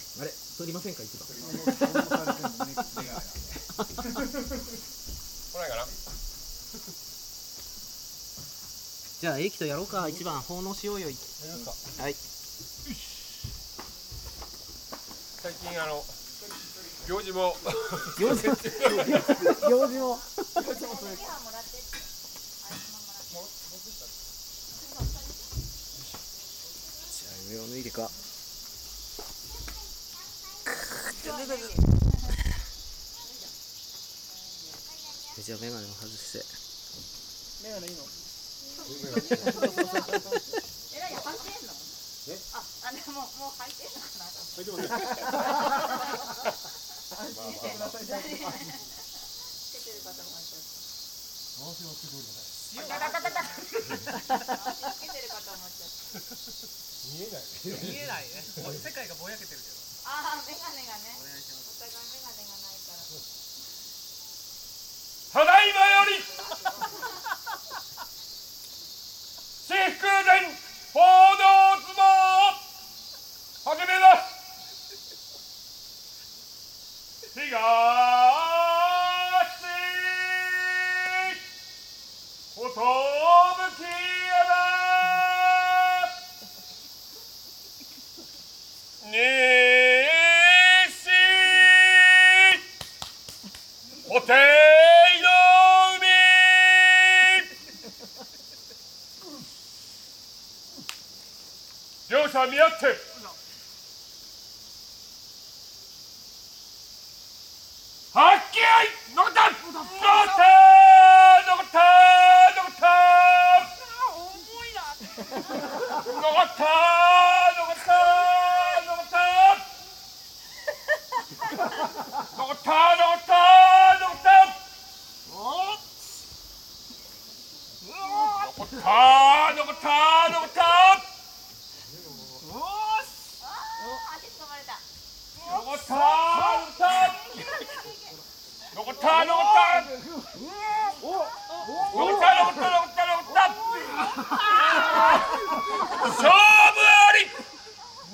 せんか一番来ないかなじゃあ駅とやろうか一番奉納しようよ大丈夫ですはいか最近あの行事も行事行事もじゃあ上を脱いでかじゃあメガネを外してえらい履いてんの？あ、あれもうもう履いてんのかなと思って。つけてる方もいたし。あたたたたたつけてる方もいたし。見えない見えないねもう世界がぼやけてるけどあー、メガネがね。お願いしますお互いメガネがないから。ただいまより私服連報道相撲を始めます東ことぶき山西ホテイの海両者見合ってはっきり残った残った残った残った重いな残った残った残った残った残った残った残った残った残ったあー、足つかまれた。残った残った残った残った残った残った残った勝負あり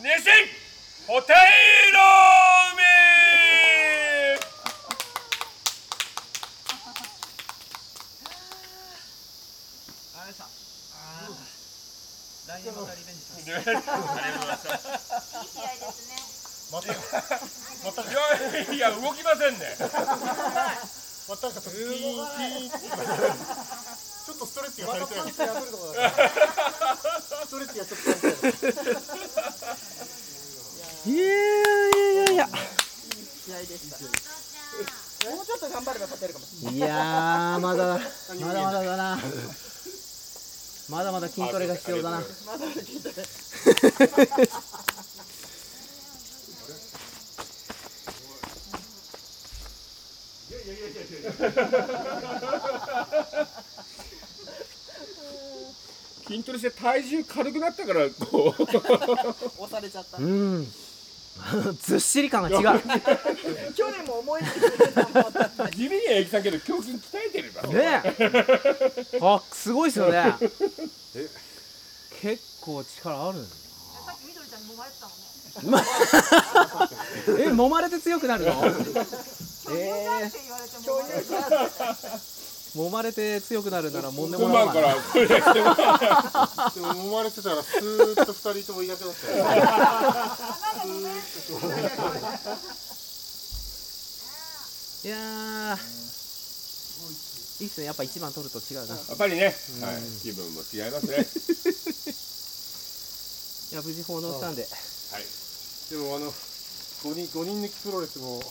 熱戦ホテイローミあれさあー来年またリベンジしますありがとうございまいい試合ですね。すいやいや動きませんねいやいやいやいやもうちょっと頑張れば勝てるかもしいやーまだだまだまだだなまだまだ筋トレが必要だな筋トレして体重軽くなったからこうれない押されちゃったうんずっしり感が違う去年も思い切ってたと思った地味には行きたけど胸筋鍛えてるなねえあすごいですよね結構力あるさっきみどりちゃんに揉まれてたもんね。え揉まれて強くなるのえ巨乳だって言われても。巨乳ー、揉まれて強くなるなら揉んでも今らおう晩かかならこれだけでも揉まれてたらスーッと二人ともいなくなっちゃう。いやーいいっすねやっぱ一番取ると違う なやっぱりね、はい、気分も違いますねいや無事奉納したんででもあの五人五人抜きプロレスも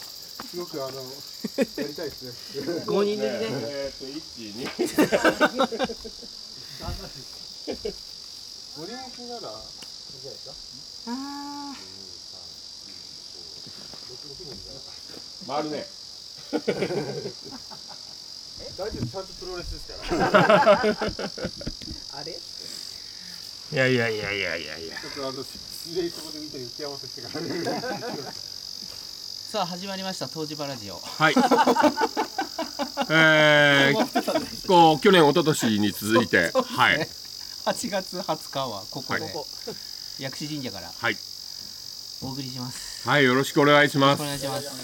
すご くあのやりたいですね。 5人でねえーっと1 2五人抜きならいいんじゃないですか。回るね大丈夫ちゃんとプロレスですから。あれいやいやいやいやいやいやちょっとあのシレイそこで見て打ち合わせしてから。さあ始まりました東芝ラジオはいえー、こう去年一昨年に続いて、はい8月20日はここはい薬師神社からはいお送りしますはい、よろしくお願いしまおす。願いします。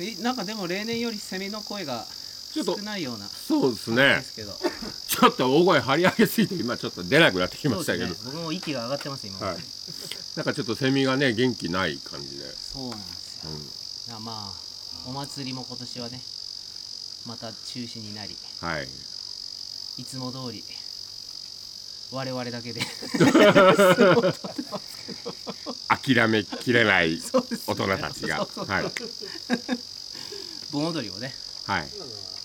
えなんかでも例年よりセミの声がちょっ少と、ないような感そうですじねで。すけど。ちょっと大声張り上げすぎて、今ちょっと出なくなってきましたけど。そうですね僕も息が上がってます今。はい。なんかちょっとセミがね、元気ない感じで。そうなんですよ。なまあお祭りも今年はねまた中止になりはい。いつも通り我々だけで諦めきれな いそうです大人たちが。そうそうはい。盆踊りをねはい。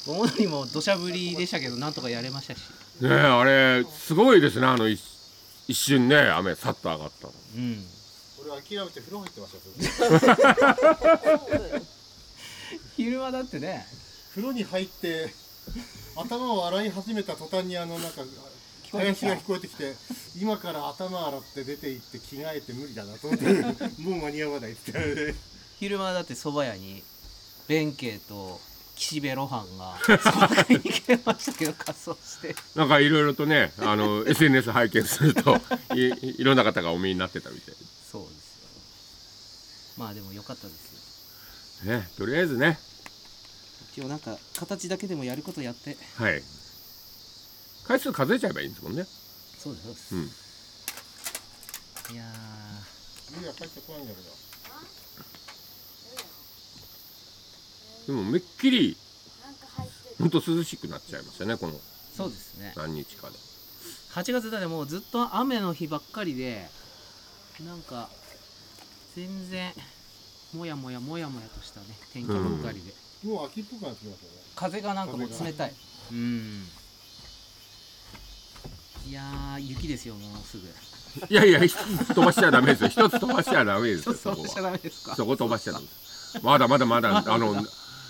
盆踊りも土砂降りでしたけどなんとかやれましたし。ねえ、あれ、すごいですね。あの、一一瞬ね、雨、さっと上がったの。うん。俺諦めて風呂入ってましたよ昼間だってね。風呂に入って頭を洗い始めた途端にあのなんかこえてき林たが聞こえてきて今から頭洗って出て行って着替えて無理だなと思 ってもう間に合わないって言われて昼間だって蕎麦屋に弁慶と岸辺露伴が蕎麦買いに来てましたけ ど仮装してなんかいろいろとね、あの、SNS 拝見すると、 いいろんな方がお見えになってたみたいそうですよまあでも良かったですで。ね、とりあえずね、よ一応なんか形だけでもやることやってはい。回数数えちゃえばいいんですもんね。そうですそうです、いや家が帰ってこないんだけどでも、めっきり、なんか入ってるほんと涼しくなっちゃいましたね、このーそうですね何日かで。 8月だってもうずっと雨の日ばっかりでなんか全然もやもやもやもやとしたね天気ばっかりで、もう秋っぽくなってきましたよね風がなんかもう冷たいうんいやー雪ですよもうすぐいやいや、一つ飛ばしちゃダメですよ。一つ飛ばしちゃダメですそよ、 うそそうこしちゃは。ダメですかそこ飛ばしちゃダメ。まだまだまだ、あの、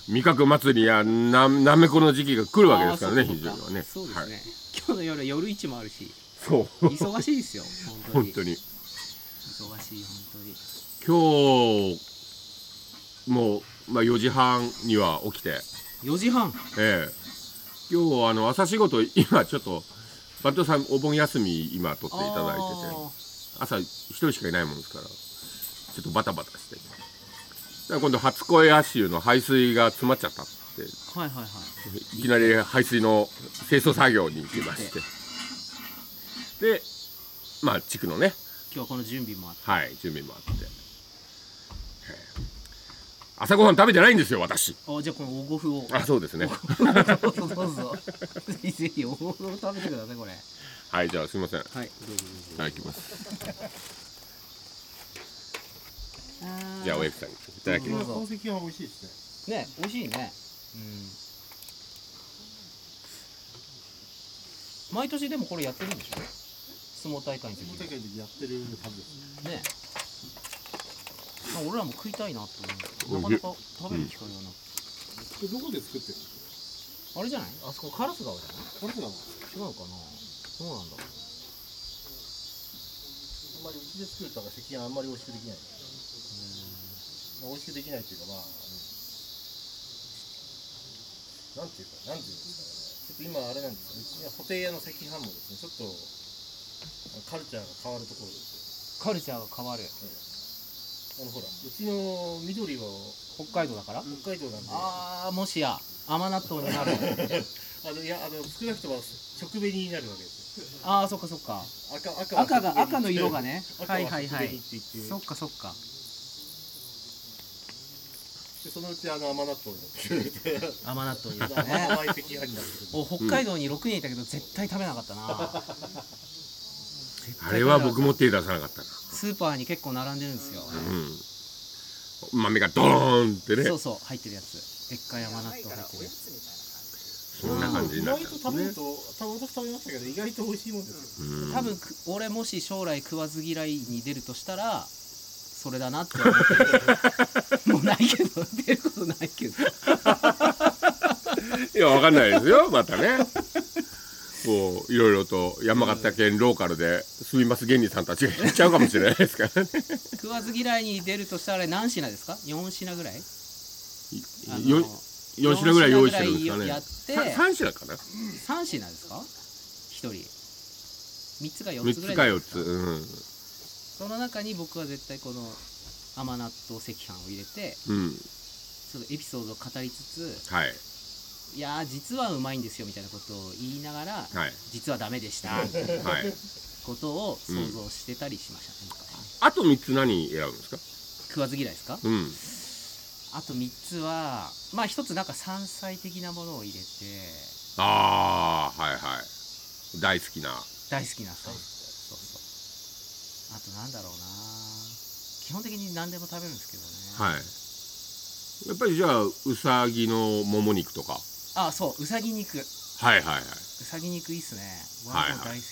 味覚祭りやな、なめこの時期が来るわけですからね、あー非そ常うにかはね。そうですね、はい。今日の夜は夜市もある しそう。忙しいですよ本当本に当に。忙しい本当に今日、もう、まあ4時半には起きて、 4時半ええ今日、あの、朝仕事、今ちょっと、バットさんお盆休み今取っていただいてて。あ朝一人しかいないもんですからちょっとバタバタしてだから今度初恋亜種の排水が詰まっちゃったってーはいはいはいいきなり排水の清掃作業に行きましてでまあ地区のね今日はこの準備もあってはい準備もあってへえ朝ごはん食べてないんですよ私あじゃあこのおごふ を あそうですねどうぞどうぞぜひぜひおごふを食べてくださいこれはいじゃあすいませんいはいただきますじゃあおやきさんいただき今ます宝石は美味しいですねね美味しいねうん毎年でもこれやってるんでしょ相撲大会の時大会の時やってるはずですねまあ俺らも食いたいなと思うおけいしいどなかなか食べる機会がなくて、でどこで作ってるあれじゃないあそこカラス川じゃないこれなのあん違うかなどうなんだろうまりうちで作るとなんか赤飯あんまり美味しくできないまあ、美味しくできないっていうかまあ、うんなんていうかなんていうんですかねちょっと今あれなんですようちは固定屋の赤飯もですねちょっとカルチャーが変わるところですカルチャーが変わるあのほらうちの緑は北海道だから、北海道なんであああもしや甘納豆になる のいやあの少なくとも食紅になるわけですよああそっかそっか赤赤は赤が食紅赤の色がね赤はいはいは食い紅って言ってそっかそっかでそのうちあの甘納豆になってくる甘納豆になる甘ね 甘い赤飯になってくるお北海道に6人いたけど絶対食べなかったな絶対あれは僕も手出さなかったなスーパーに結構並んでるんですよ、うん、豆がドーンってねそうそう入ってるやつでっかい甘納豆入ってるやつそんな感じ意になっちゃ外とう食べると多分私食べましたけど意外と美味しいもんですようん多分く俺もし将来食わず嫌いに出るとしたらそれだなって思って るもうないけど出ることないけどいやわかんないですよまたねこういろいろと山形県ローカルで住みます芸人さんたちがいっちゃうかもしれないですからね食わず嫌いに出るとしたらあれ何品ですか4品ぐらいあのよ4品ぐらい用意してるん四品ぐらいやっですかねて3品かな3品ですか1人3つか4つぐら3ついかで4つ、そうの中に僕は絶対この甘納豆赤飯を入れてん、うん、ちょっとエピソードを語りつつはい、いやー実はうまいんですよみたいなことを言いながらはい、実はダメでしたみたいなはい。ことを想像してたりしましたね、昔ねあと3つ何選ぶんですか食わず嫌いですかうん、あと3つはまあ1つなんか山菜的なものを入れてああ、はいはい。大好きな。大好きなそうそうそうあとなんだろうな基本的に何でも食べるんですけどね、はい。やっぱりじゃあ、うさぎのもも肉とか。あそううさぎ肉うはいはいはい。さぎ肉いいっすねはい僕もはい大好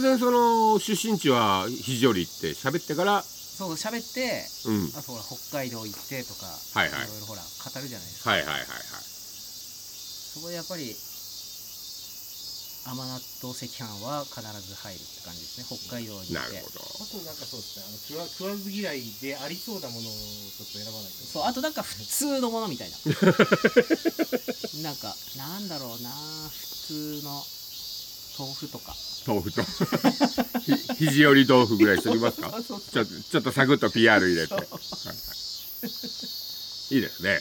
きなんで、当然、その、出身地は肘折行って喋ってから、そう喋ってうん。あとほら北海道行ってとか、はいいはい。ろいろほら語るじゃないですか、はいはいはいはい。そこでやっぱり甘納豆赤飯は必ず入るって感じですね北海道に行なっるてほど。あとなんかそうですねあの食わ食わず嫌いでありそうなものをちょっと選ばないとそうあとなんか普通のものみ たいななんかなんだろうな普通の豆腐とか豆腐と。 ひ肘折豆腐ぐらいしときますかそうそうちょちょっとサクッと PR 入れて。そはういはいいいですね。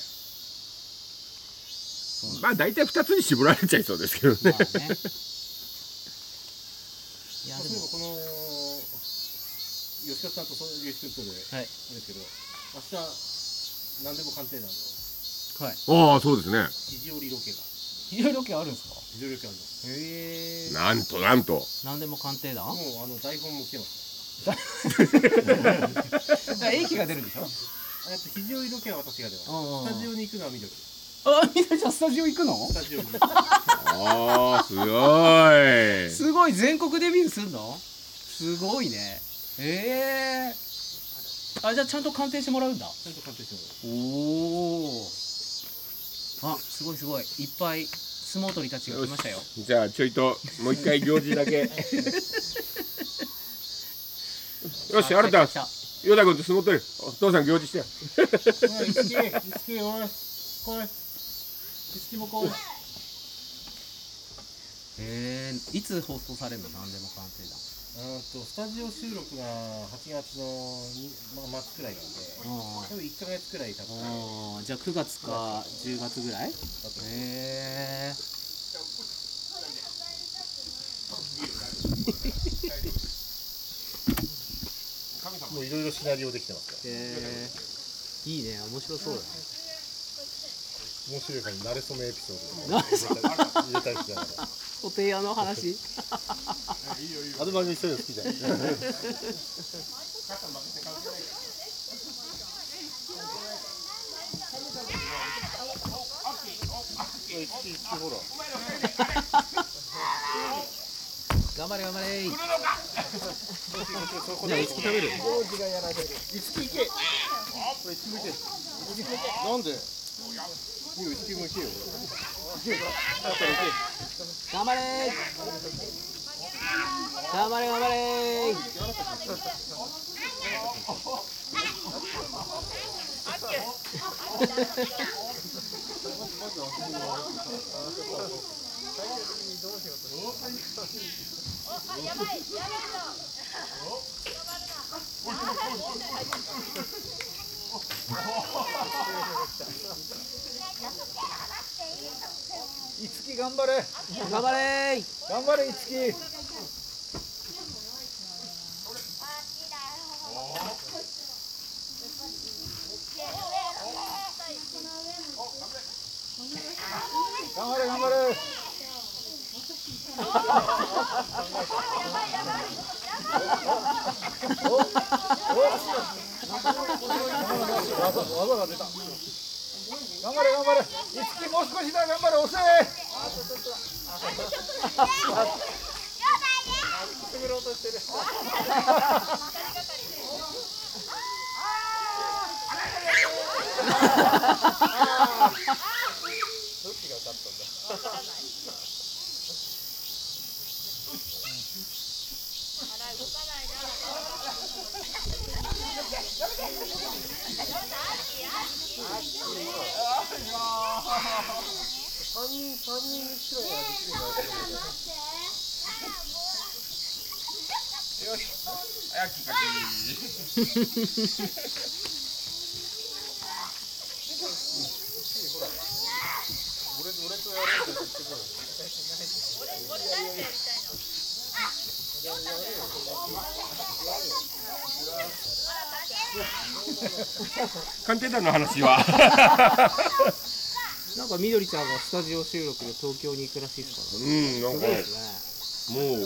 まあ大体2つに絞られちゃいそうですけどね。まあねいやまあでそうもいえばこの吉川さんとそういう人とで、はいあれですけど明日何でも鑑定団のはいああ、そうですね。肘折ロケがいろいろ系あるんですか肘折ロケありますへえなんとなんと。何でも鑑定団もうあの台本も来てます英気が出るんでしょあやっぱ肘折ロケは私が出ますうんうんうんスタジオに行くのは緑スあ、みなちゃんスタジオ行くのタジオにああ、すごすい。ごい全国デビューすんのすごいねええあじゃあちゃんと鑑定してもらうんだちゃんと鑑定してもらおおあすごいすごいいっぱい相撲取りたちが来ましたよじゃあちょいともう一回行事 だけ。よし、あ新た、来た来ヨダ君と相撲取る。お父さん行事して。うおい一木一木おい来い一木も来いたええいつ放送されるの何でも鑑定団うんとスタジオ収録が8月のに、まあ、末くらいなんであ多分1ヶ月くらい経ってあーじゃあ9月か10月ぐらいへえもういろいろシナリオできてますからええいいね面白そうだね面白いから慣れ初めエピソードとド入れたりしながらお提案の話あの番組そういうの好きじゃない頑張れ頑張れ来るのかじゃあいつ食べるなんでいいよ、一気も行けよ頑張れ頑張れ頑張れいつき頑張れ頑張れ頑張れいつき頑張れ頑張れ技が出た頑張れ頑張れいつきもう少しだ頑張れ押せお父さん待って。早きかけ俺俺とやるんだってこい俺誰とやりたいの鑑定団の話はなんかみどりちゃんがスタジオ収録で東京に行くらしいですからうんなんかもうねえ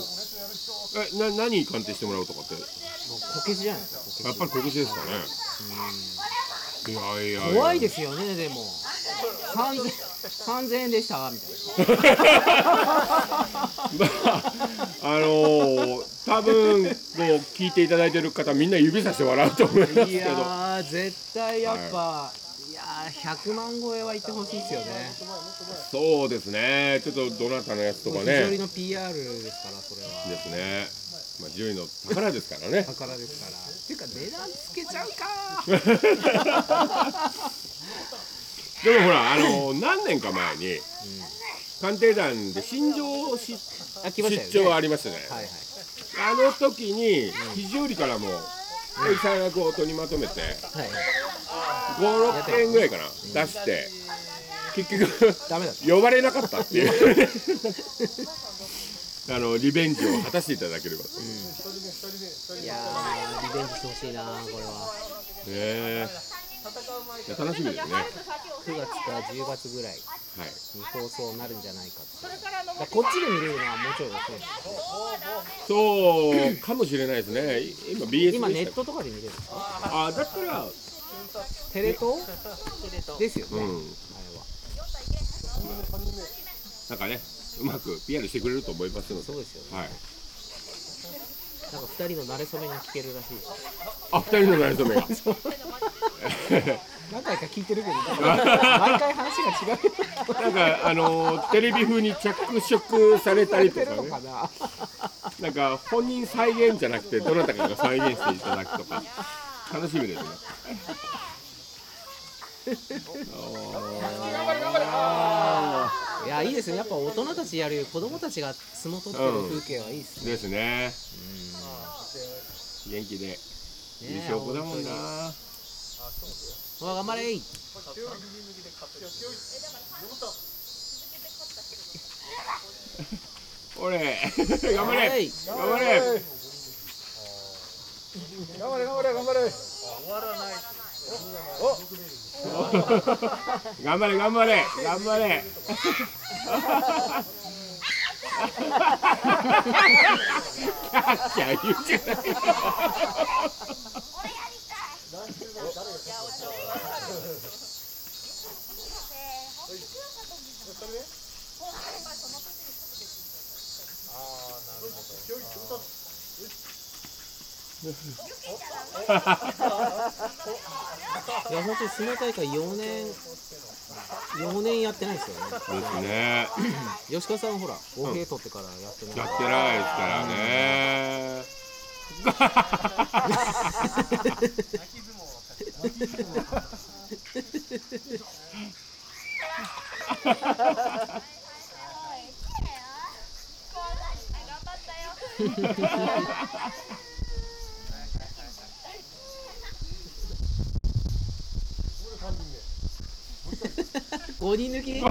な何鑑定してもらうとかってもうこけしじゃないですかやっぱりこけしですかねいやいやや怖いですよねでも3000 3000円でしたわみたいな まああのー、多分こう聞いていただいてる方みんな指さして笑うと思いますいけどやー絶対やっぱ、い、やー100万超えは行ってほしいですよねそうですねちょっとどなたのやつとか非常にねの PR ですからそれはですねまあ自由の宝ですからね 宝ですからていうか値段つけちゃうか でもほらあのー何年か前に鑑定団で新庄しーあ来ましたよね出張ありましたねはいはいあの時に肘折からもおじさんがこう取りまとめてはいはい56件ぐらいかな出して結局ダメだった呼ばれなかったっていう あのリベンジを果たしていただければと、ねいやーリベンジしてほしいなーこれはえいや楽しみですねはい9月か10月ぐらいに放送になるんじゃないかってだからこっちで見れるのはもうちょい遅いんですよそうかもしれないですねい今 BS 今ネッでしたトとかで見れるんですかあだったらテレ東ですよね、あうれはんなんかねうまく PR してくれると思いますのでそうですよねはいなんか2人の馴れ初めに聞けるらしいですあ二人のなりとめが 何回か聞いてるけど毎回話が違うなんかあのテレビ風に着色されたりとかねかななんか本人再現じゃなくてどなたかが再現していただくとか楽しみですね。いやいいですねやっぱ大人たちやるより子供たちが相撲取ってる風景はいいっすね,ですね。元気でねえ、いい証拠だもんな。本は当にわあ頑張れい頑張れ頑張れ頑張れはい おれ頑張れ頑張れ頑張れ頑張れ頑張れキャッキャ言うじゃないいや本当に相撲大会4年4年やってないですよねですね。吉川さんほら欧平取ってからやってない、やってないですからね。 頑張ったよ。 5人抜き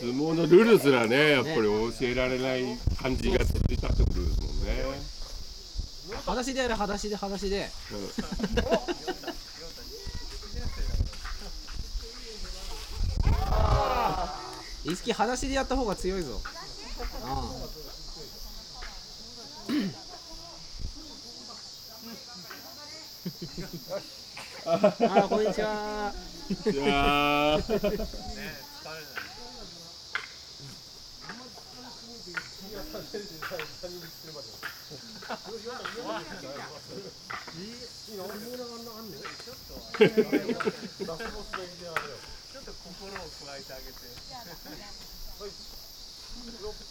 相撲のルールすらね、やっぱり教えられない感じが続いたってことですもんね。裸足でやる裸足で裸足でいつき裸足でやった方が強いぞあああーこんにちはうん、いやー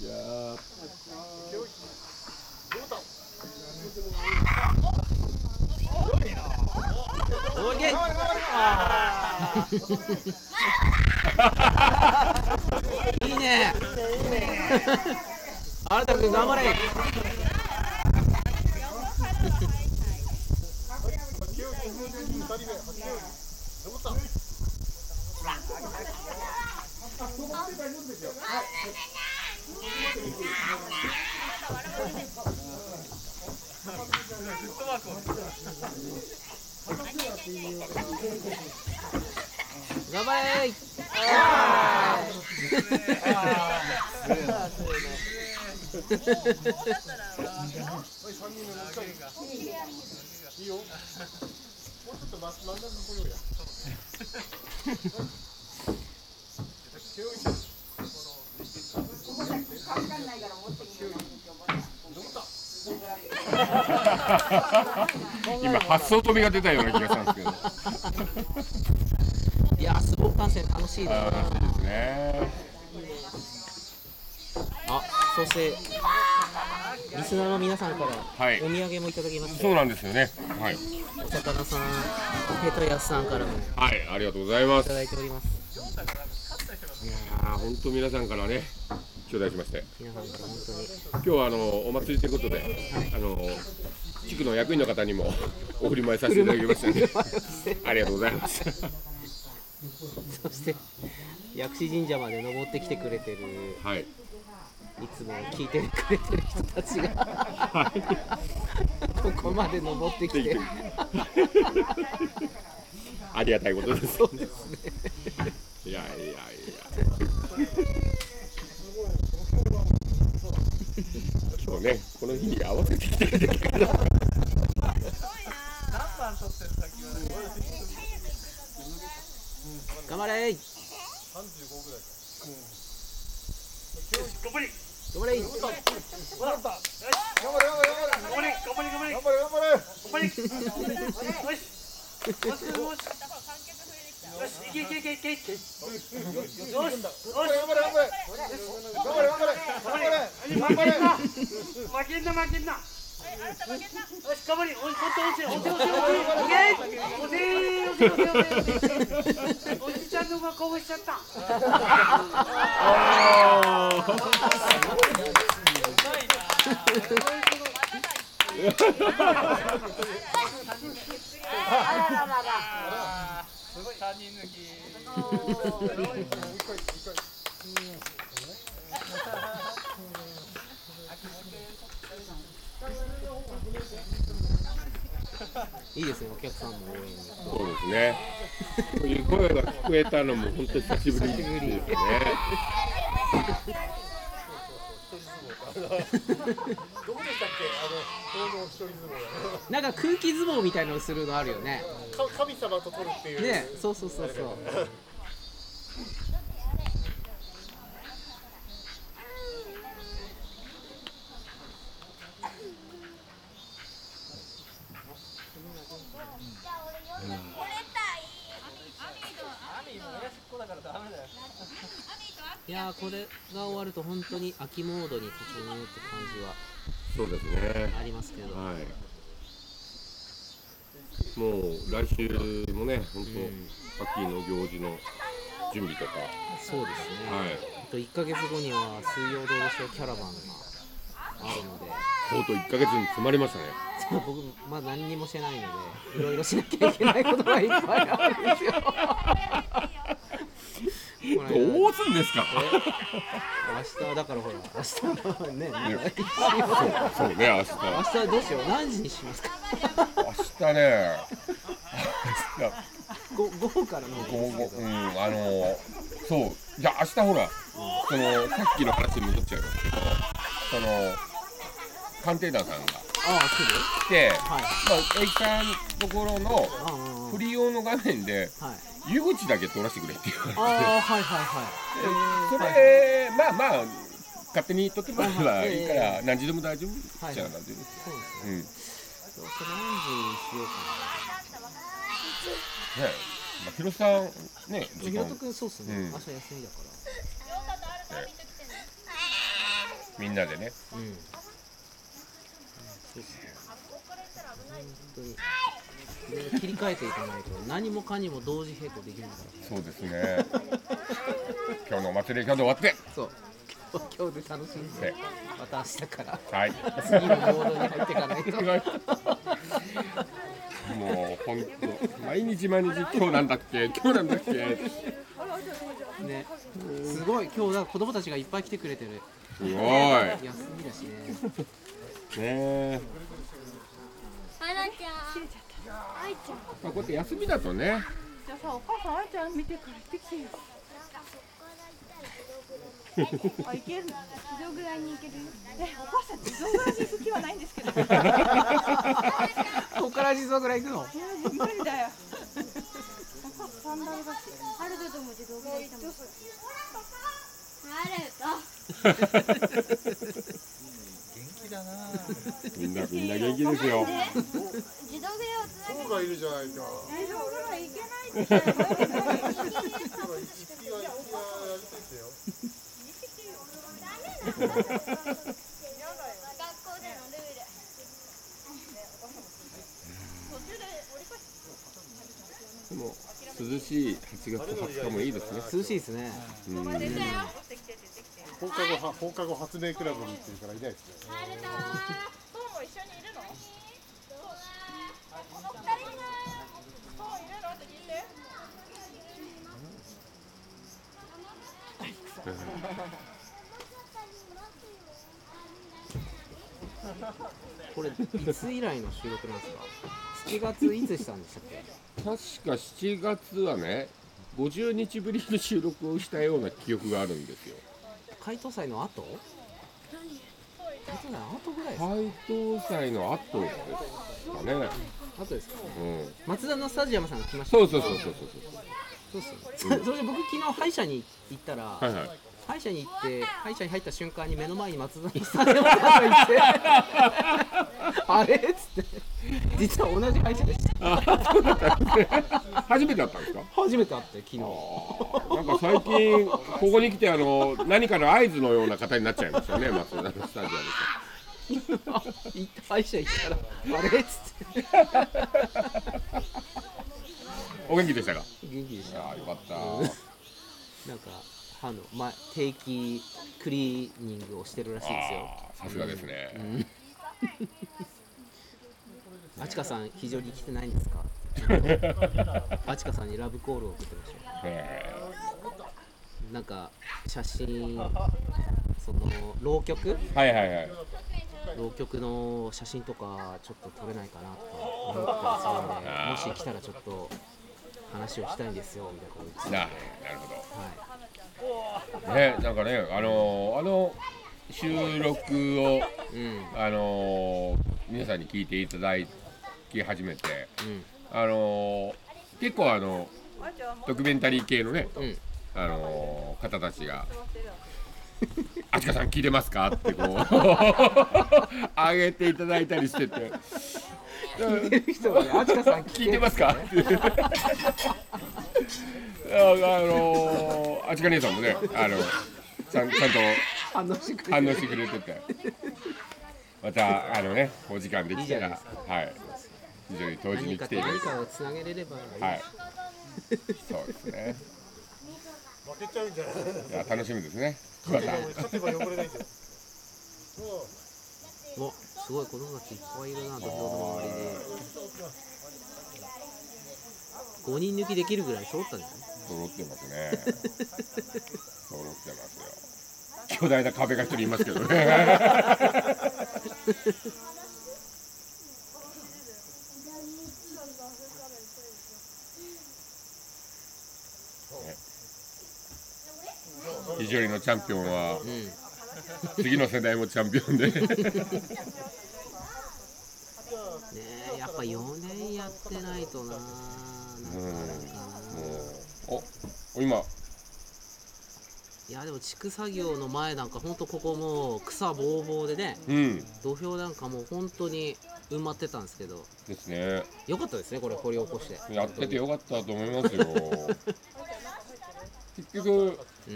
いやーおいいいね。 あなた君頑張れ。頑張れ今発想飛びが出たような気がしたんですけど。いやー、相撲観戦楽しいな。ああ、いいですね。あ、そして、リスナーの皆さんからはいお土産もいただきました。そうなんですよね。はい。お魚さん、ペトヤスさんからもいはい、ありがとうございまたす。だいております。いやー、本当皆さんからね、頂戴しまして。皆さんから本当に。今日はあのお祭りということで、あの地区の役員の方にも お振り舞いさせていただきましたね。ありがとうございます。そして、薬師神社まで登ってきてくれてる、はい。いつも聞いてくれてる人たちが、ここまで登ってきて。ありがたいことです。そうですね。いやいやいや。今日ね、この日に合わせてきてるだけだから。頑張れ頑張れ頑張れ頑張れ頑張れ頑張れ頑張れ頑張れ頑張れ頑張れ頑張れよしよしよしよしいけいけいけいけいけよしよし頑張れ頑張れ頑張れ頑張れ頑張れ負けんな負けんな負けんなよし頑張れおいもっと押せ押せ押せ押せ押せ押せ押せ押せ押せ押せ押せおじちゃんのがこぼしちゃったいいですね、お客さんも応援に。そうですね。こういう声が聞こえたのも本当に久しぶりですね。なんか空気相撲みたいなのするのあるよね。神様と取るっていう。ね、そうそうそうそう。いやーこれが終わると本当に秋モードに突入って感じはそうですね。ありますけど、はい。もう来週もね、本当、秋の行事の準備とか、そうですね、はい、あと1ヶ月後には水曜どうでしょうキャラバンがあるのでとうとう一ヶ月に詰まりましたね。ちょっと僕まあ何にもしてないのでいろいろしなきゃいけないことがいっぱいあるんですよこの間どうすんですか。明日だからほら明日はねそうね、明日。明日どうしよう何時にしますか明日ね、明日ご午後からのごごうん、あの、そう、じゃあ明日ほら、その、さっきの話に戻っちゃいますけど、その、鑑定団さんがああ来る来て、はいまあ、エイさんところのあああフリー用の画面で、あはい湯口だけ取らせてくれって言われてああはいはいはいそれ、まあまあ、勝手に取ってもらえばいいかはいら、何時でも大丈夫はいじゃあ何時でも。そうですうねん。ねどうせ何時にしようかなまあ、広さん、ね、時ひろ間と、くんそうっすね、うん朝休みだかみんなでね。らうん、うんそうっすね本当に、ね切り替えていかないと何もかにも同時並行できないからそうで すね。今日のお祭りが終わって、そう今日で楽しんでまた明日からはい。次のモードに入っていかないと もう本当毎日毎日今日なんだっけ今日なんだっけ。ねすごい今日だ子供たちがいっぱい来てくれてるすごい。ね休み だしねえ。まあこうやって休みだとね。じゃあさ、お母さん、あいちゃん見てから行ってきてよ。あ、行けるの地蔵ぐらいに行けるよ。え、お母さん、地蔵ぐらいに行く気はないんですけど。ここから地蔵ぐらい行くの無理だよ。サンダルが。春ルとも地蔵ぐらい行っても。みんなみんな元気ですよ。自動でおつな友がいるじゃないか。地蔵ぐらい行けない。学校でのルール。でも涼しい8月20日もいいですね。涼しいですね放課後は放課後発明クラブに行ってるからいないですね。春だー。トーも一緒にいるの？トーあこの 二人トーいるのって聞いて。これいつ以来の収録なんですか7月いつしたんでしたっけ確か7月はね、50日ぶりの収録をしたような記憶があるんですよ。解答祭の後解答祭の後ぐらいですか解答祭の後ですかね。後ですかうん。松田のスタジアムさんが来ましたそうそうそうそうそうそうっすよねそれで僕昨日歯医者に行ったら、そう。はいはい。歯医者に行 って歯医者に入った瞬間に目の前に松田のスタジアムさんがいて あれっつって実は同じ歯医者でした 初めてだったんですか。初めて会って昨 日なんか最近ここに来てあの何かの合図のような方になっちゃいましたね。松田のスタジアムあ行った歯医者行ったらあれっつってお元気でしたか。元気でしたああよかった。なんか歯の、ま、定期クリーニングをしてるらしいですよああさすがですね。あちかさん非常に来てないんですかあちかさんにラブコールを送ってましたよへなんか写真その浪曲えはいはいはい。浪曲の写真とかちょっと撮れないかなとか思ったりするんでもし来たらちょっと話をしたいんですよみたいなこと言ってなたあんでなはいるほど。ねなんかねあのあの収録をうんあの皆さんに聞いていただき始めてあの結構あのドキュメンタリー系のね。うんうんあのー方たちが 「あちかさん聞いてますか?」っ てこう上げていただいたりしてて聞いてる人はねあちかさん「聞いてますか?」ってああのーあちか姉さんもねあのちゃんちゃんと反応してくれ反応してくれててまたあのねお時間できたらはい非常に当時何にかと来ている何かをつなげれればいいですねはいそうですね負けちゃうんじゃない。いや楽しみですねまた。勝てば汚れないんじゃない。おすごい子供たちいっぱいいるな土俵の周りで5人抜きできるぐらい揃ったんじゃない揃ってますね揃ってますよ巨大な壁が一人いますけどね非常にのチャンピオンはう次の世代もチャンピオンでんねえやっぱ4年やってないとななかなかもなうおお今いやでも畜作業の前なんかほんとここもう草ぼうぼうでねうん土俵なんかもう本当に埋まってたんですけどですねよかったですねこれ掘り起こしてやっててよかったと思いますよ結局うん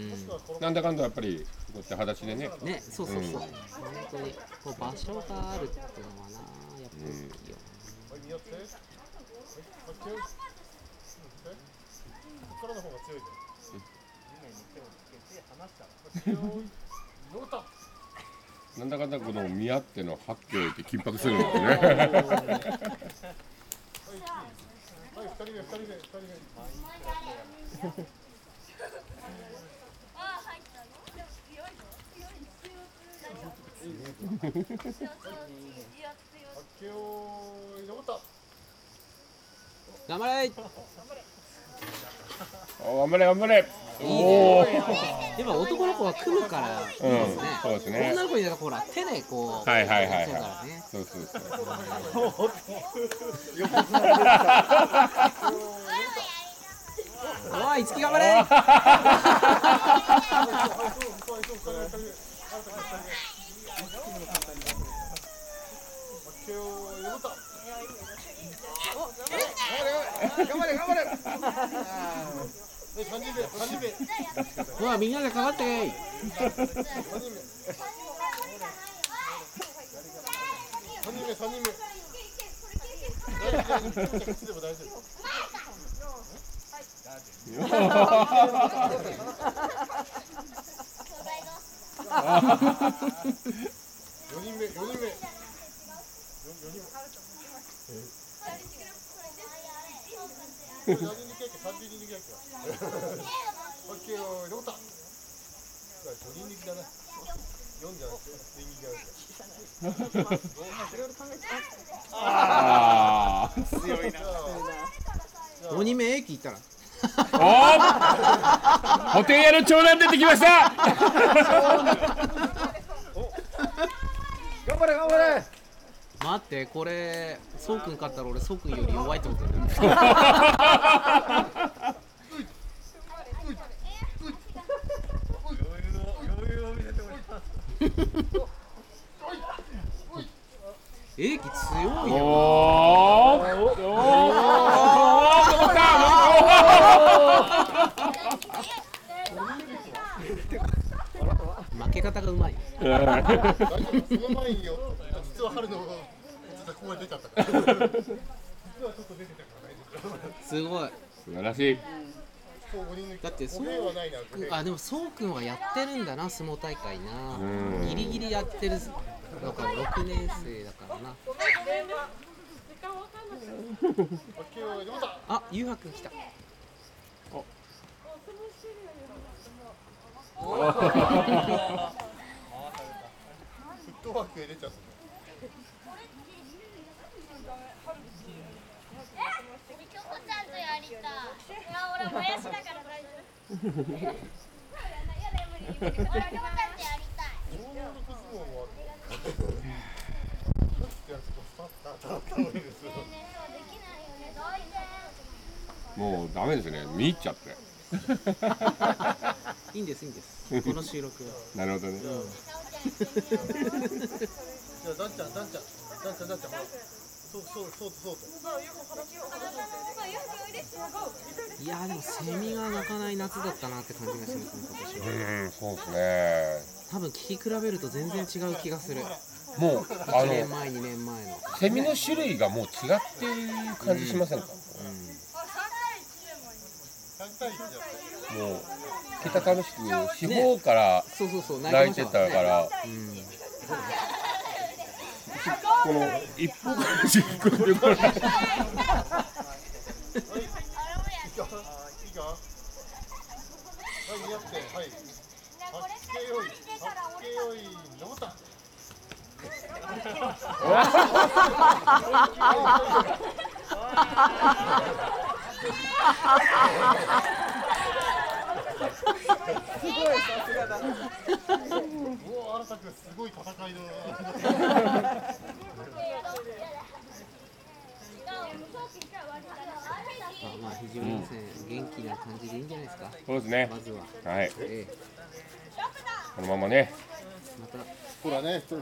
なんだかんだやっぱりこうやって裸足でねねそうそうそう、うん本当にこう場所があるっていうのはなやっぱりいいよ、ね右寄ってはいこっち寄るうんこっからの方が強いねなんだかんだこの宮っての八景って緊迫するんですね。はい二人目二人目二人目あ入ったのでも強いの強いの強い強い強い強いいや強い八景を登った頑張れ お頑張れ頑張れ。おやお。っぱ男の子は組むから、うん、そうですね女。の子になんかほら手でこう、はいはいはいはいそうからねそうそう そう。 おいいつき頑張れ頑張れ頑張れ頑張れ三人目三人目ほらみんなでかかってけい三人目三人目いつでも大丈夫四人目四人目四人目えー三人抜きやっけ三人抜きやっけ OK 登った四人抜きだな四じゃなくて人気があるああ。 5人目駅行ったらおーホテイヤの長男出てきました頑張れ頑張れ待ってこれそうくん勝ったら俺そうくんより弱いってことだよねエイキ強いおーよおーおーおー戻った 負け方がうまい戻った大丈夫その前によ実は春の実はここまで出ちゃったから実はちょっと出てたから大丈夫すごい素晴らしいこう五人抜きだってそう五人はないな五人あでもそうくんはやってるんだな相撲大会なうんギリギリやってるのか6年生だからな OK 登ったあゆうはくん来たフットワークが出ちゃったみきょこちゃんとやりたい。あ、俺もやしだから大丈夫。俺もやりたい。日本の相撲もあるさっきやるとスタッタッタッタッですよねえ、できないよね。どいて。もうダメですね見入っちゃっていいんですいいんですこの収録はなるほどねじゃあダンちゃんダンちゃんダンちゃんダンちゃんほらそうそうそうそうといやーでもセミが鳴かない夏だったなって感じがしますね今年はうんそうですね多分聞き比べると全然違う気がするもうあ1年の前2年前のセミの種類がもう違ってる感じしませんか、 3対1じゃんもうけた楽しく四方からそうそうそう泣いてたかねら、この一方からしか聞こえてこないいかはい似合ってはいいこれ八景よい八景よい登ったお お新たくんすごい戦いだなまあまあ肘折せん元気な感じでいいんじゃないですかそうですねまずははいええこのままねまたほらね、と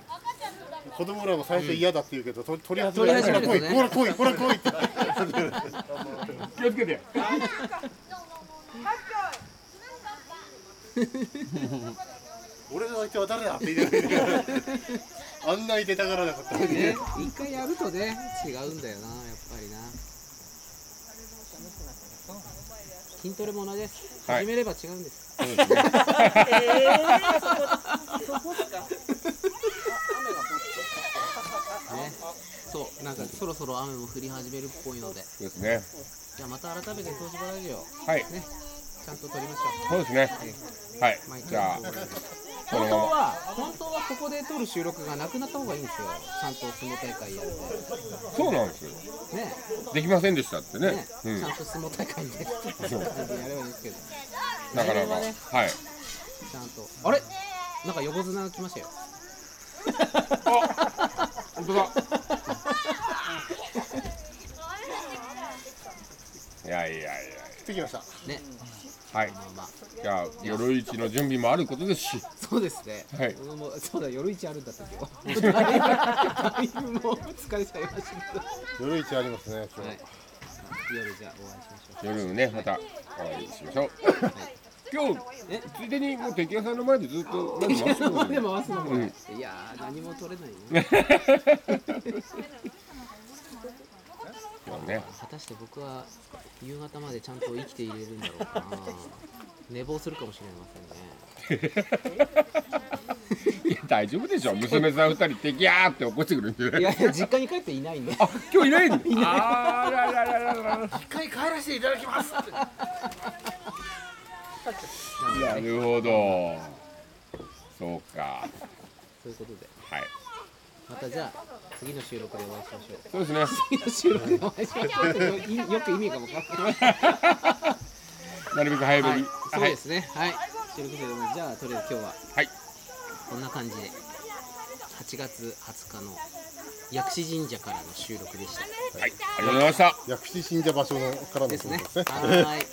子供らも最初嫌だって言うけど、と取り始取り始めるとねほら来い、ほら来い、ほら来いって。気をつけて俺の相手は誰だって言いながらあんなに出たがらなかったのにね一回やるとね違うんだよなやっぱりな筋トレも同じです、はい始めれば違うんですねそうなんかそろそろ雨も降り始めるっぽいのでそうですね。じゃあまた改めて東芝ラジオはい。ねちゃんと撮りましょそうですね。はい。う毎回じゃあ、こ本の当まま。は本当はここで撮る収録がなくなった方がいいんですよちゃんと相撲大会やるんでそうなんですよ。ねできませんでしたってねね。うちんゃ。んと相撲大会でそうやればいいんですけどなかなか。ねはい。ちゃんとあれなんか横綱が来ましたよ本当だ。いやいやいや。できました ねはい。まあじゃあ、夜市の準備もあることですし。そうですね。はい俺もそうだ、夜市あるんだったけど。だいぶもう疲れちゃいましたけど。夜市ありますね今日、はい。夜じゃあお会いしましょう。夜ね、またお会いしましょう。今日、えついでにもう敵屋さんの前でずっと何回もでも回すのも、うんいやー何も取れないね。今日ね、果たして僕は夕方までちゃんと生きていれるんだろう かな。寝坊するかもしれませんね。 いや大丈夫でしょ娘さん二人敵やーって怒ってくるんじゃないいやいや実家に帰っていないんで。あ今日いない のあーらららららら一回帰らせていただきますなるほどそうかということで、はいまたじゃあ次の収録でお会いしましょう。そうですね次の収録でお会いしまし ょうってよ。よく意味が分かってない。なるべく早めはいに、そうはいですね。はい。ということで、じゃあとりあえず今日ははいこんな感じで8月20日の薬師神社からの収録でした。はいありがとうございました薬師神社場所のからのでですすねね。はーい。